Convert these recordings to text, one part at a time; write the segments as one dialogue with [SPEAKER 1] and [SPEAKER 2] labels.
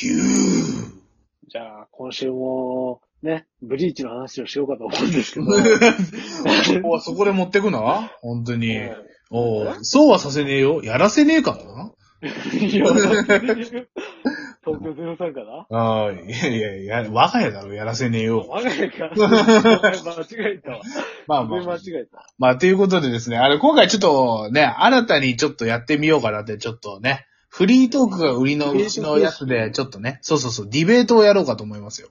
[SPEAKER 1] 今週も、ね、ブリーチの話をしようかと思うんですけど。
[SPEAKER 2] そこはそこで持ってくな本当に。おうそうはさせねえよ。やらせねえからな。
[SPEAKER 1] いや東京03かな
[SPEAKER 2] ああ、いやいやいや、我が家だろ、やらせねえよ。
[SPEAKER 1] 我が家か。間違えたわ。
[SPEAKER 2] まあまあ。
[SPEAKER 1] 間違えた。
[SPEAKER 2] まあ、ということでですね、あれ、今回ちょっとね、新たにちょっとやってみようかなって、ちょっとね、フリートークが売りのうちのやつで、ちょっとね、そうそうそう、ディベートをやろうかと思いますよ。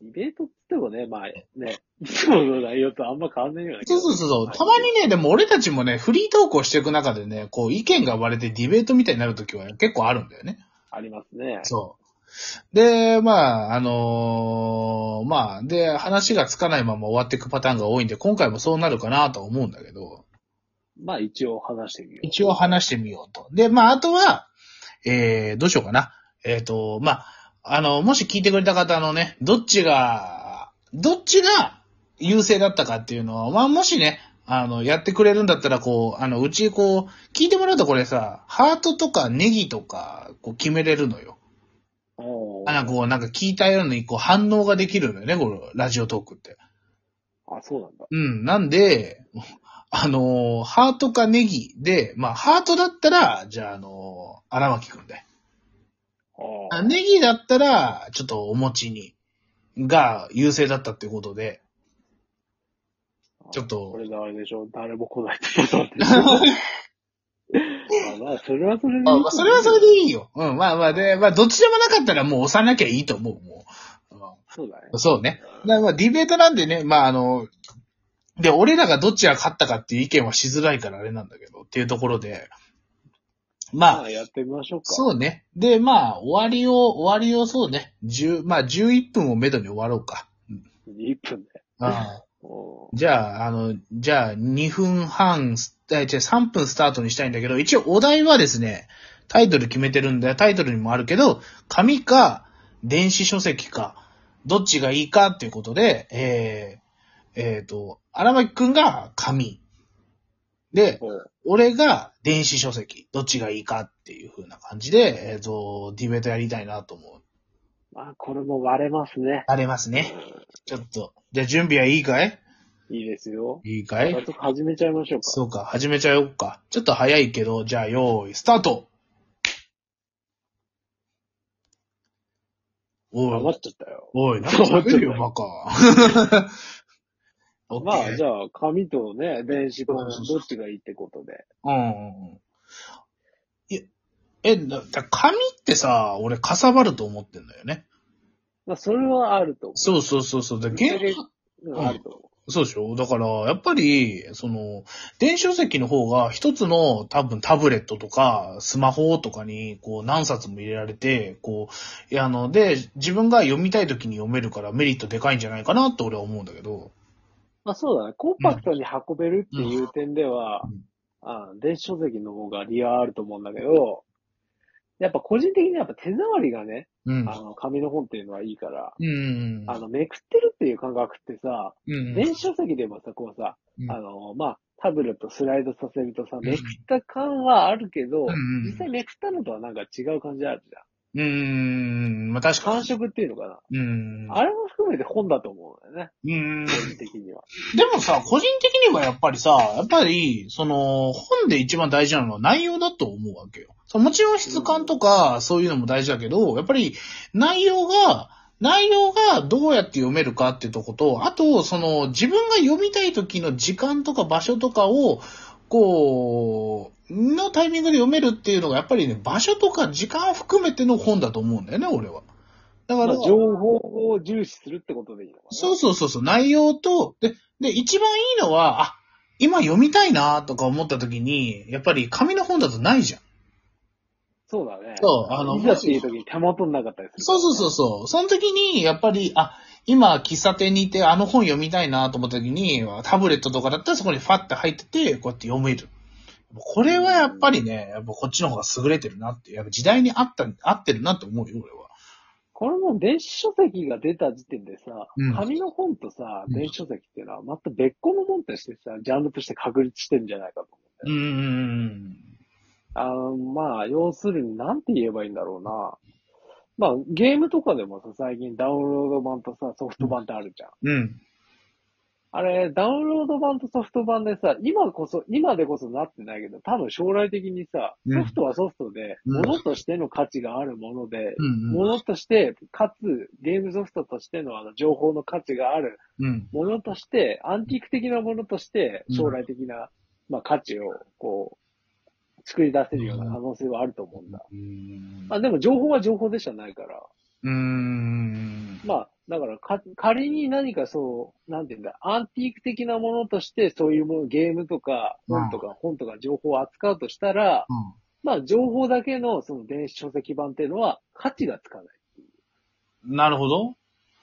[SPEAKER 1] ディベートって言ってもね、まあね、いつもの内容とあんま変わんないような気
[SPEAKER 2] そう
[SPEAKER 1] が
[SPEAKER 2] そうそうそう、たまにね、でも俺たちもね、フリートークをしていく中でね、こう、意見が割れてディベートみたいになるときは結構あるんだよね。
[SPEAKER 1] ありますね。
[SPEAKER 2] そう。で、まあ、あのーまあ、で、話がつかないまま終わっていくパターンが多いんで、今回もそうなるかなとは思うんだけど、
[SPEAKER 1] まあ一応話してみよう。
[SPEAKER 2] 一応話してみようと。で、まあ、あとは、えー、どうしようかな。えっ、と、まあ、あの、もし聞いてくれた方のね、どっちが、どっちが優勢だったかっていうのは、まあ、もしね、あの、やってくれるんだったら、こう、あの、うち、こう、聞いてもらうとこれさ、ハートとかネギとか、こう、決めれるのよ。
[SPEAKER 1] おー
[SPEAKER 2] あ、なんかこう、なんか聞いたように、こう、反応ができるのよね、このラジオトークって。
[SPEAKER 1] あ、そうなんだ。
[SPEAKER 2] うん、なんで、あのーハートかネギで、まあ、ハートだったら、じゃあ、あのー荒牧くんで。
[SPEAKER 1] あ
[SPEAKER 2] あ
[SPEAKER 1] ー
[SPEAKER 2] ネギだったら、ちょっとお餅に、が優勢だったってことで、ちょっと
[SPEAKER 1] これであれでしょ、誰も来ないってこと なんでしょまあまあ、それはそれでいい
[SPEAKER 2] まあ、まあ、それはそれでいいよ。うん、まあまあ、で、まあ、どっちでもなかったらもう押さなきゃいいと思う、もう。うん
[SPEAKER 1] そうだね。
[SPEAKER 2] そうね。だからまあディベートなんでね、まああの、で、俺らがどっちが勝ったかっていう意見はしづらいからあれなんだけど、っていうところで、ま
[SPEAKER 1] ま
[SPEAKER 2] あ、
[SPEAKER 1] あ、やってみましょうか。
[SPEAKER 2] そうね。で、まあ、終わりを、終わりをそうね、10、まあ11分をめどに終わろうか。
[SPEAKER 1] 1分で。
[SPEAKER 2] ああ
[SPEAKER 1] おー
[SPEAKER 2] じゃあ、あの、じゃあ2分半、え、違う、3分スタートにしたいんだけど、一応お題はですね、タイトル決めてるんだよ。タイトルにもあるけど、紙か、電子書籍か、どっちがいいかっていうことで、えー、えーと、荒牧くんが紙。で、
[SPEAKER 1] おー
[SPEAKER 2] 俺が電子書籍。どっちがいいかっていう風な感じで、えっ、と、ディベートやりたいなと思う。
[SPEAKER 1] まあ、これも割れますね。
[SPEAKER 2] ありますね。ちょっと。じゃあ準備はいいかい
[SPEAKER 1] いいですよ。
[SPEAKER 2] いいかい
[SPEAKER 1] 早速始めちゃいましょうか。
[SPEAKER 2] そうか、始めちゃおうか。ちょっと早いけど、じゃあ、用意、スタートお
[SPEAKER 1] 余
[SPEAKER 2] い、
[SPEAKER 1] っちゃったよ。
[SPEAKER 2] おい、なんか喋るよ、バカ。 オ
[SPEAKER 1] まあ、
[SPEAKER 2] ッケ
[SPEAKER 1] じ
[SPEAKER 2] ー。
[SPEAKER 1] ゃあ、紙とね、電子と
[SPEAKER 2] そうそうそ
[SPEAKER 1] どっちがいいってことで。
[SPEAKER 2] うんうんうん。いやえ、だだ紙ってさ、俺、かさばると思ってんだよね。
[SPEAKER 1] まあ、それはあると思
[SPEAKER 2] そうそうそうそう。で、
[SPEAKER 1] それで
[SPEAKER 2] 現
[SPEAKER 1] う。
[SPEAKER 2] ん
[SPEAKER 1] うんあると思
[SPEAKER 2] そうでしょだから、やっぱり、その、電子書籍の方が一つの多分タブレットとかスマホとかにこう何冊も入れられて、こう、いやあの、で、自分が読みたい時に読めるからメリットでかいんじゃないかなって俺は思うんだけど。
[SPEAKER 1] う。まあ、そうだね。コンパクトに運べるっていう点では
[SPEAKER 2] うん、
[SPEAKER 1] あ電子書籍の方が利はあると思うんだけど、やっぱ個人的にはやっぱ手触りがね、
[SPEAKER 2] うん。
[SPEAKER 1] あの、紙の本っていうのはいいから、
[SPEAKER 2] うん。
[SPEAKER 1] あの、めくってるっていう感覚ってさ、
[SPEAKER 2] うん。
[SPEAKER 1] 電子書籍でもさ、こうさ、
[SPEAKER 2] うん
[SPEAKER 1] あの、まあ、タブレットスライドさせるとさ、
[SPEAKER 2] ん
[SPEAKER 1] めくった感はあるけ
[SPEAKER 2] う
[SPEAKER 1] ど、
[SPEAKER 2] ん
[SPEAKER 1] 実際めくったのとはなんか違う感じあるじゃん。
[SPEAKER 2] うん。まあ確か
[SPEAKER 1] 感触っていうのかな。
[SPEAKER 2] に。うん。
[SPEAKER 1] あれも含めて本だと思うんだよね、
[SPEAKER 2] うん
[SPEAKER 1] 個。人的には。
[SPEAKER 2] でもさ、個人的にはやっぱりさ、やっぱり、その、本で一番大事なのは内容だと思うわけよ。そのもちろん質感とか、そういうのも大事だけど、やっぱり内容が、内容がどうやって読めるかっていうとこと、あと、その、自分が読みたい時の時間とか場所とかを、こう、のタイミングで読めるっていうのが、やっぱりね、場所とか時間を含めての本だと思うんだよね、俺は。だか
[SPEAKER 1] ま
[SPEAKER 2] ら、
[SPEAKER 1] あ、情報を重視するってことでいいのかな。
[SPEAKER 2] そうそうそうそう、内容と、で、で、一番いいのは、あ、今読みたいなとか思った時に、やっぱり紙の本だとないじゃん。
[SPEAKER 1] そうだね。
[SPEAKER 2] そうあの
[SPEAKER 1] いざっていう時に手元になかったりする。
[SPEAKER 2] そうそうそうそう。その時に、やっぱり、あ、今喫茶店にいてあの本読みたいなと思った時に、タブレットとかだったらそこにファって入ってて、こうやって読める。これはやっぱりね、やっぱこっちの方が優れてるなって、やっぱ時代に合った、合ってるなって思うよ、俺は。
[SPEAKER 1] これも電子書籍が出た時点でさ、
[SPEAKER 2] うん
[SPEAKER 1] 紙の本とさ、
[SPEAKER 2] うん
[SPEAKER 1] 電子書籍っていうのはまた別個の本としてさ、ジャンルとして確立してるんじゃないかと思
[SPEAKER 2] う
[SPEAKER 1] う。
[SPEAKER 2] ーん。
[SPEAKER 1] あのまあ、要するに、なんて言えばいいんだろうな。まあ、ゲームとかでもさ、最近ダウンロード版とさ、ソフト版ってあるじゃん。
[SPEAKER 2] うん。
[SPEAKER 1] あれ、ダウンロード版とソフト版でさ、今こそ、今でこそなってないけど、多分将来的にさ、
[SPEAKER 2] うん
[SPEAKER 1] ソフトはソフトで、
[SPEAKER 2] うん
[SPEAKER 1] ものとしての価値があるもので、
[SPEAKER 2] うん
[SPEAKER 1] ものとして、かつ、ゲームソフトとしてのあの情報の価値がある
[SPEAKER 2] うん。うん。
[SPEAKER 1] ものとして、アンティーク的なものとして、
[SPEAKER 2] うん
[SPEAKER 1] 将来的な、まあ、価値を、こう、作り出せるような可能性はあると思うんだ。
[SPEAKER 2] うん
[SPEAKER 1] まあ、でも情報は情報でしかないから、
[SPEAKER 2] うん。
[SPEAKER 1] まあ、だからか、仮に何かそう、なんていうんだ、アンティーク的なものとして、そういうもの、ゲームとか、
[SPEAKER 2] うん
[SPEAKER 1] 本とか、本とか情報を扱うとしたら、
[SPEAKER 2] うん
[SPEAKER 1] まあ、情報だけの、その電子書籍版っていうのは、価値がつかない。
[SPEAKER 2] なるほど。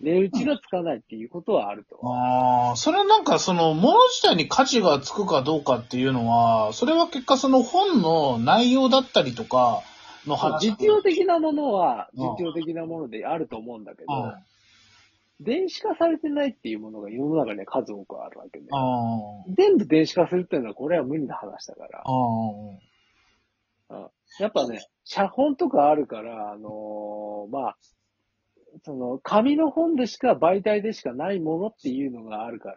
[SPEAKER 1] 値打ちがつかないっていうことはあると。
[SPEAKER 2] ああ、それはなんかその、もの自体に価値がつくかどうかっていうのは、それは結果その本の内容だったりとかの話。
[SPEAKER 1] 実用的なものは、
[SPEAKER 2] うん
[SPEAKER 1] 実用的なものであると思うんだけど、
[SPEAKER 2] うん。あ
[SPEAKER 1] 電子化されてないっていうものが世の中には数多くあるわけで、
[SPEAKER 2] あ。
[SPEAKER 1] 全部電子化するっていうのは、これは無理な話だから
[SPEAKER 2] あ。あ。
[SPEAKER 1] やっぱね、写本とかあるから、あのーまあ、その、紙の本でしか、媒体でしかないものっていうのがあるから、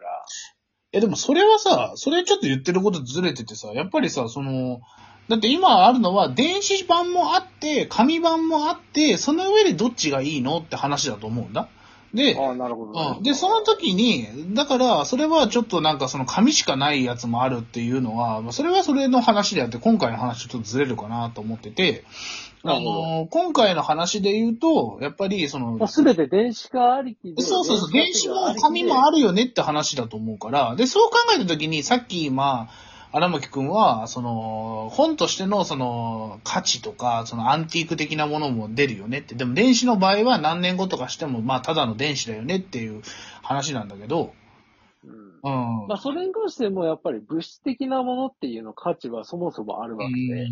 [SPEAKER 2] え、でもそれはさ、それちょっと言ってることずれててさ、やっぱりさ、その、だって今あるのは電子版もあって、紙版もあって、その上でどっちがいいのって話だと思うんだ。で、
[SPEAKER 1] ああ、なるほど、
[SPEAKER 2] うんで、その時に、だから、それはちょっとなんかその紙しかないやつもあるっていうのは、まあそれはそれの話であって、今回の話ちょっとずれるかなと思ってて、
[SPEAKER 1] な
[SPEAKER 2] あ
[SPEAKER 1] るほど
[SPEAKER 2] の、今回の話で言うと、やっぱりその、
[SPEAKER 1] まあ、すべて電子化ありきで。
[SPEAKER 2] そうそうそう、電子も紙もあるよねって話だと思うから、で、そう考えたときに、さっき今、荒牧くんは、その、本としての、その、価値とか、その、アンティーク的なものも出るよねって。でも、電子の場合は何年後とかしても、まあ、ただの電子だよねっていう話なんだけど、
[SPEAKER 1] うん
[SPEAKER 2] うん。
[SPEAKER 1] まあ、それに関しても、やっぱり物質的なものっていうの価値はそもそもあるわ
[SPEAKER 2] う
[SPEAKER 1] けで、
[SPEAKER 2] ん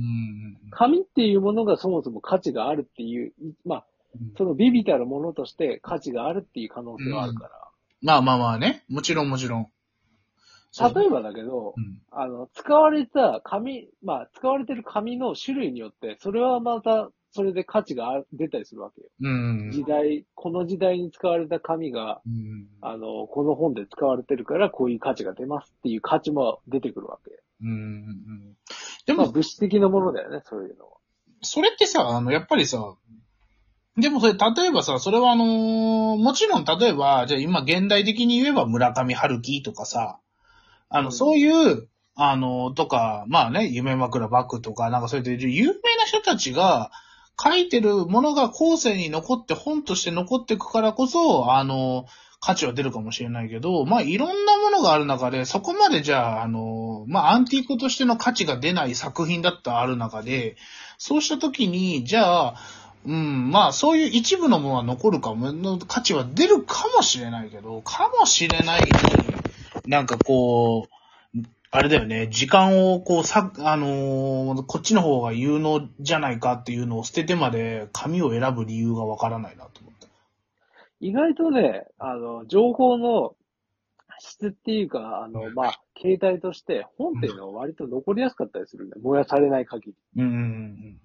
[SPEAKER 1] 紙っていうものがそもそも価値があるっていう、まあ、そのビビたるものとして価値があるっていう可能性はあるから。
[SPEAKER 2] まあまあまあね。もちろんもちろん。そう
[SPEAKER 1] 例えばだけど、
[SPEAKER 2] うん
[SPEAKER 1] あの、使われた紙、まあ、使われてる紙の種類によって、それはまた、それで価値があ出たりするわけよ。
[SPEAKER 2] うん。
[SPEAKER 1] 時代、この時代に使われた紙が、
[SPEAKER 2] うん。
[SPEAKER 1] あの、この本で使われてるから、こういう価値が出ますっていう価値も出てくるわけ。
[SPEAKER 2] うんうん。で
[SPEAKER 1] まあ、
[SPEAKER 2] も、
[SPEAKER 1] 物質的なものだよね、そういうのは。
[SPEAKER 2] それってさ、あの、やっぱりさ、でもそれ、例えばさ、それはあのーもちろん例えば、じゃあ今現代的に言えば村上春樹とかさ、あの、
[SPEAKER 1] うん
[SPEAKER 2] そういう、あの、とか、まあね、夢枕バクとか、なんかそうやって有名な人たちが書いてるものが後世に残って本として残ってくからこそ、あの、価値は出るかもしれないけど、まあいろんなものがある中で、そこまでじゃあ、あの、まあアンティークとしての価値が出ない作品だったある中で、そうした時に、じゃあ、うん、まあそういう一部のものは残るかも、の価値は出るかもしれないけど、かもしれない、なんかこう、あれだよね、時間をこう、さ、あのーこっちの方が有能じゃないかっていうのを捨ててまで紙を選ぶ理由がわからないなと思った。
[SPEAKER 1] 意外とね、あの、情報の質っていうか、あの、まあ、携帯として、本っていうのは割と残りやすかったりするね。燃やされない限り。
[SPEAKER 2] うんうんうん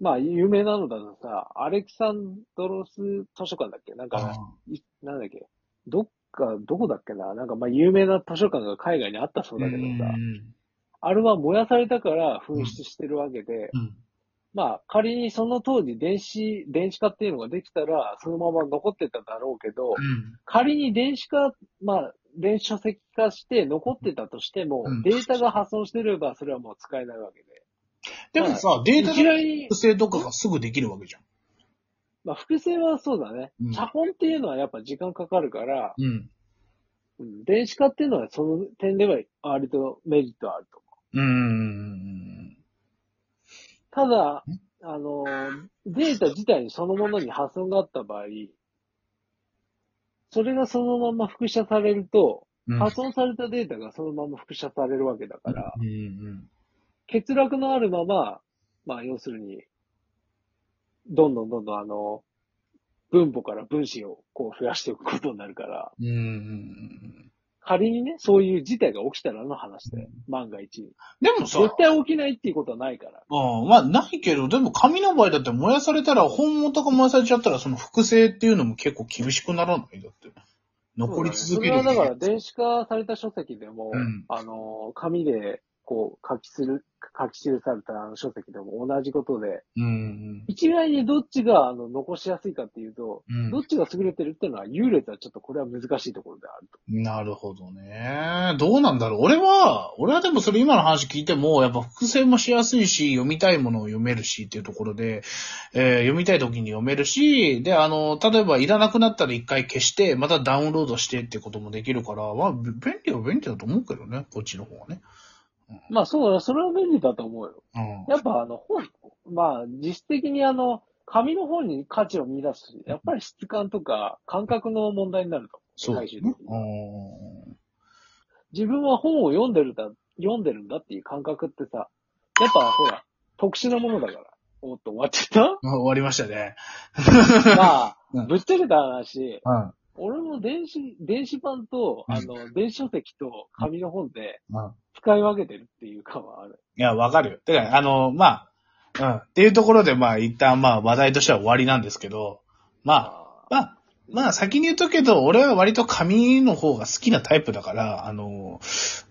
[SPEAKER 1] まあ、有名なのだとさ、アレキサンドロス図書館だっけな
[SPEAKER 2] う
[SPEAKER 1] ん
[SPEAKER 2] ん。
[SPEAKER 1] か、いなんだっけどっか、どこだっけななんか、まあ、有名な図書館が海外にあったそうだけど
[SPEAKER 2] うん
[SPEAKER 1] さ、あれは燃やされたから紛失してるわけで、
[SPEAKER 2] うん
[SPEAKER 1] まあ、仮にその当時電子、電子化っていうのができたら、そのまま残ってただろうけど、仮に電子化、まあ、電子書籍化して残ってたとしても、
[SPEAKER 2] うん
[SPEAKER 1] データが破損してれば、それはもう使えないわけ
[SPEAKER 2] でもさ、デー
[SPEAKER 1] で。
[SPEAKER 2] タ
[SPEAKER 1] いき
[SPEAKER 2] の
[SPEAKER 1] なり
[SPEAKER 2] 複、製とかがすぐできるわけじゃん。
[SPEAKER 1] まあ、複製はそうだね
[SPEAKER 2] うん。
[SPEAKER 1] 写本っていうのはやっぱ時間かかるから、
[SPEAKER 2] うん。
[SPEAKER 1] うん電子化っていうのはその点では割とメリットはあると
[SPEAKER 2] うんうん。
[SPEAKER 1] 思う。ただ、あの、データ自体にそのものに破損があった場合、それがそのまま複写されると、
[SPEAKER 2] うん
[SPEAKER 1] 破損されたデータがそのまま複写されるわけだから、
[SPEAKER 2] うんうん。
[SPEAKER 1] 欠落のあるまま、まあ要するに、どんどんどんどんあの、分母から分子をこう増やしていくことになるから、
[SPEAKER 2] うんうんうんうん。
[SPEAKER 1] 仮にね、そういう事態が起きたらの話で、万が一。
[SPEAKER 2] でもさ、
[SPEAKER 1] 絶対起きないっていうことはないから。
[SPEAKER 2] うん、まあ、ないけど、でも紙の場合だって燃やされたら、本元が燃やされちゃったら、その複製っていうのも結構厳しくならないだって。残り続ける
[SPEAKER 1] そうだねそれはだから電子化された書籍でも、
[SPEAKER 2] うん
[SPEAKER 1] あの、紙で、こう、書きする、書き記された書籍でも同じことで、
[SPEAKER 2] うん。
[SPEAKER 1] 一概にどっちが、あの、残しやすいかっていうと、
[SPEAKER 2] うん
[SPEAKER 1] どっちが優れてるっていうのは、優劣はちょっとこれは難しいところであると。
[SPEAKER 2] なるほどね。どうなんだろう。俺は、俺はでもそれ今の話聞いても、やっぱ複製もしやすいし、読みたいものを読めるしっていうところで、えー読みたい時に読めるし、で、あの、例えばいらなくなったら一回消して、またダウンロードしてってこともできるから、まあ、べ便利は便利だと思うけどね、こっちの方はね。
[SPEAKER 1] まあ、そうだ、それは便利だと思うよ。
[SPEAKER 2] うん。
[SPEAKER 1] やっぱ、あの、本、まあ、実質的にあの、紙の方に価値を見出すし、やっぱり質感とか感覚の問題になると。
[SPEAKER 2] そうだ
[SPEAKER 1] 最終
[SPEAKER 2] ね
[SPEAKER 1] 的に。自分は本を読んでるだ、読んでるんだっていう感覚ってさ、やっぱほら、特殊なものだから。おっと、終わっちゃっ
[SPEAKER 2] うん。終わりましたね。
[SPEAKER 1] たま
[SPEAKER 2] う
[SPEAKER 1] あ、
[SPEAKER 2] ん
[SPEAKER 1] ぶっちゃけた話、
[SPEAKER 2] うん。
[SPEAKER 1] 俺も電子、電子版と、
[SPEAKER 2] うん
[SPEAKER 1] あの、電子書籍と紙の本で
[SPEAKER 2] うん。
[SPEAKER 1] 使い分けてるっていう感はある。
[SPEAKER 2] いや、わかるよ。てか、あの、まあ、うん。っていうところで、まあ、一旦、まあ、話題としては終わりなんですけど、まあ、
[SPEAKER 1] あ
[SPEAKER 2] まあ、まあ、先に言うとくけど、俺は割と紙の方が好きなタイプだから、あの、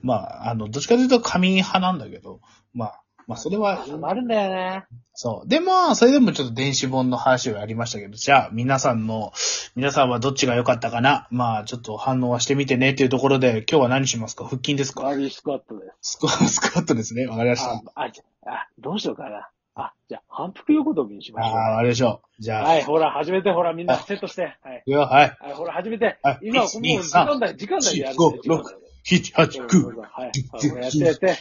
[SPEAKER 2] まあ、あの、どっちかというと紙派なんだけど、まあ、まあ、それは、
[SPEAKER 1] あるんだよね。
[SPEAKER 2] そう。で、まあ、それでもちょっと電子本の話をやりましたけど、じゃあ、皆さんの、皆さんはどっちが良かったかなまあ、ちょっと反応はしてみてねっていうところで、今日は何しますか腹筋ですか
[SPEAKER 1] バービースクワットです。
[SPEAKER 2] スクワスクワットですね。わかりました
[SPEAKER 1] あ。、あ、じゃあ、どうしようかな。あ、じゃあ、反復横跳びにしましょう。
[SPEAKER 2] ああ、あれでしょう。じゃあ、
[SPEAKER 1] はい、ほら、始めて、ほら、みんなセットして。はい。
[SPEAKER 2] いくよ、はい。
[SPEAKER 1] はい、ほら、始めて
[SPEAKER 2] はい。
[SPEAKER 1] 今、もう
[SPEAKER 2] 1 2
[SPEAKER 1] 時間だ、時間だ、やるんで
[SPEAKER 2] 4 5 6
[SPEAKER 1] 時間だよ
[SPEAKER 2] 7、8、
[SPEAKER 1] そうそう
[SPEAKER 2] 9。
[SPEAKER 1] そうはい。はいほらやってやって。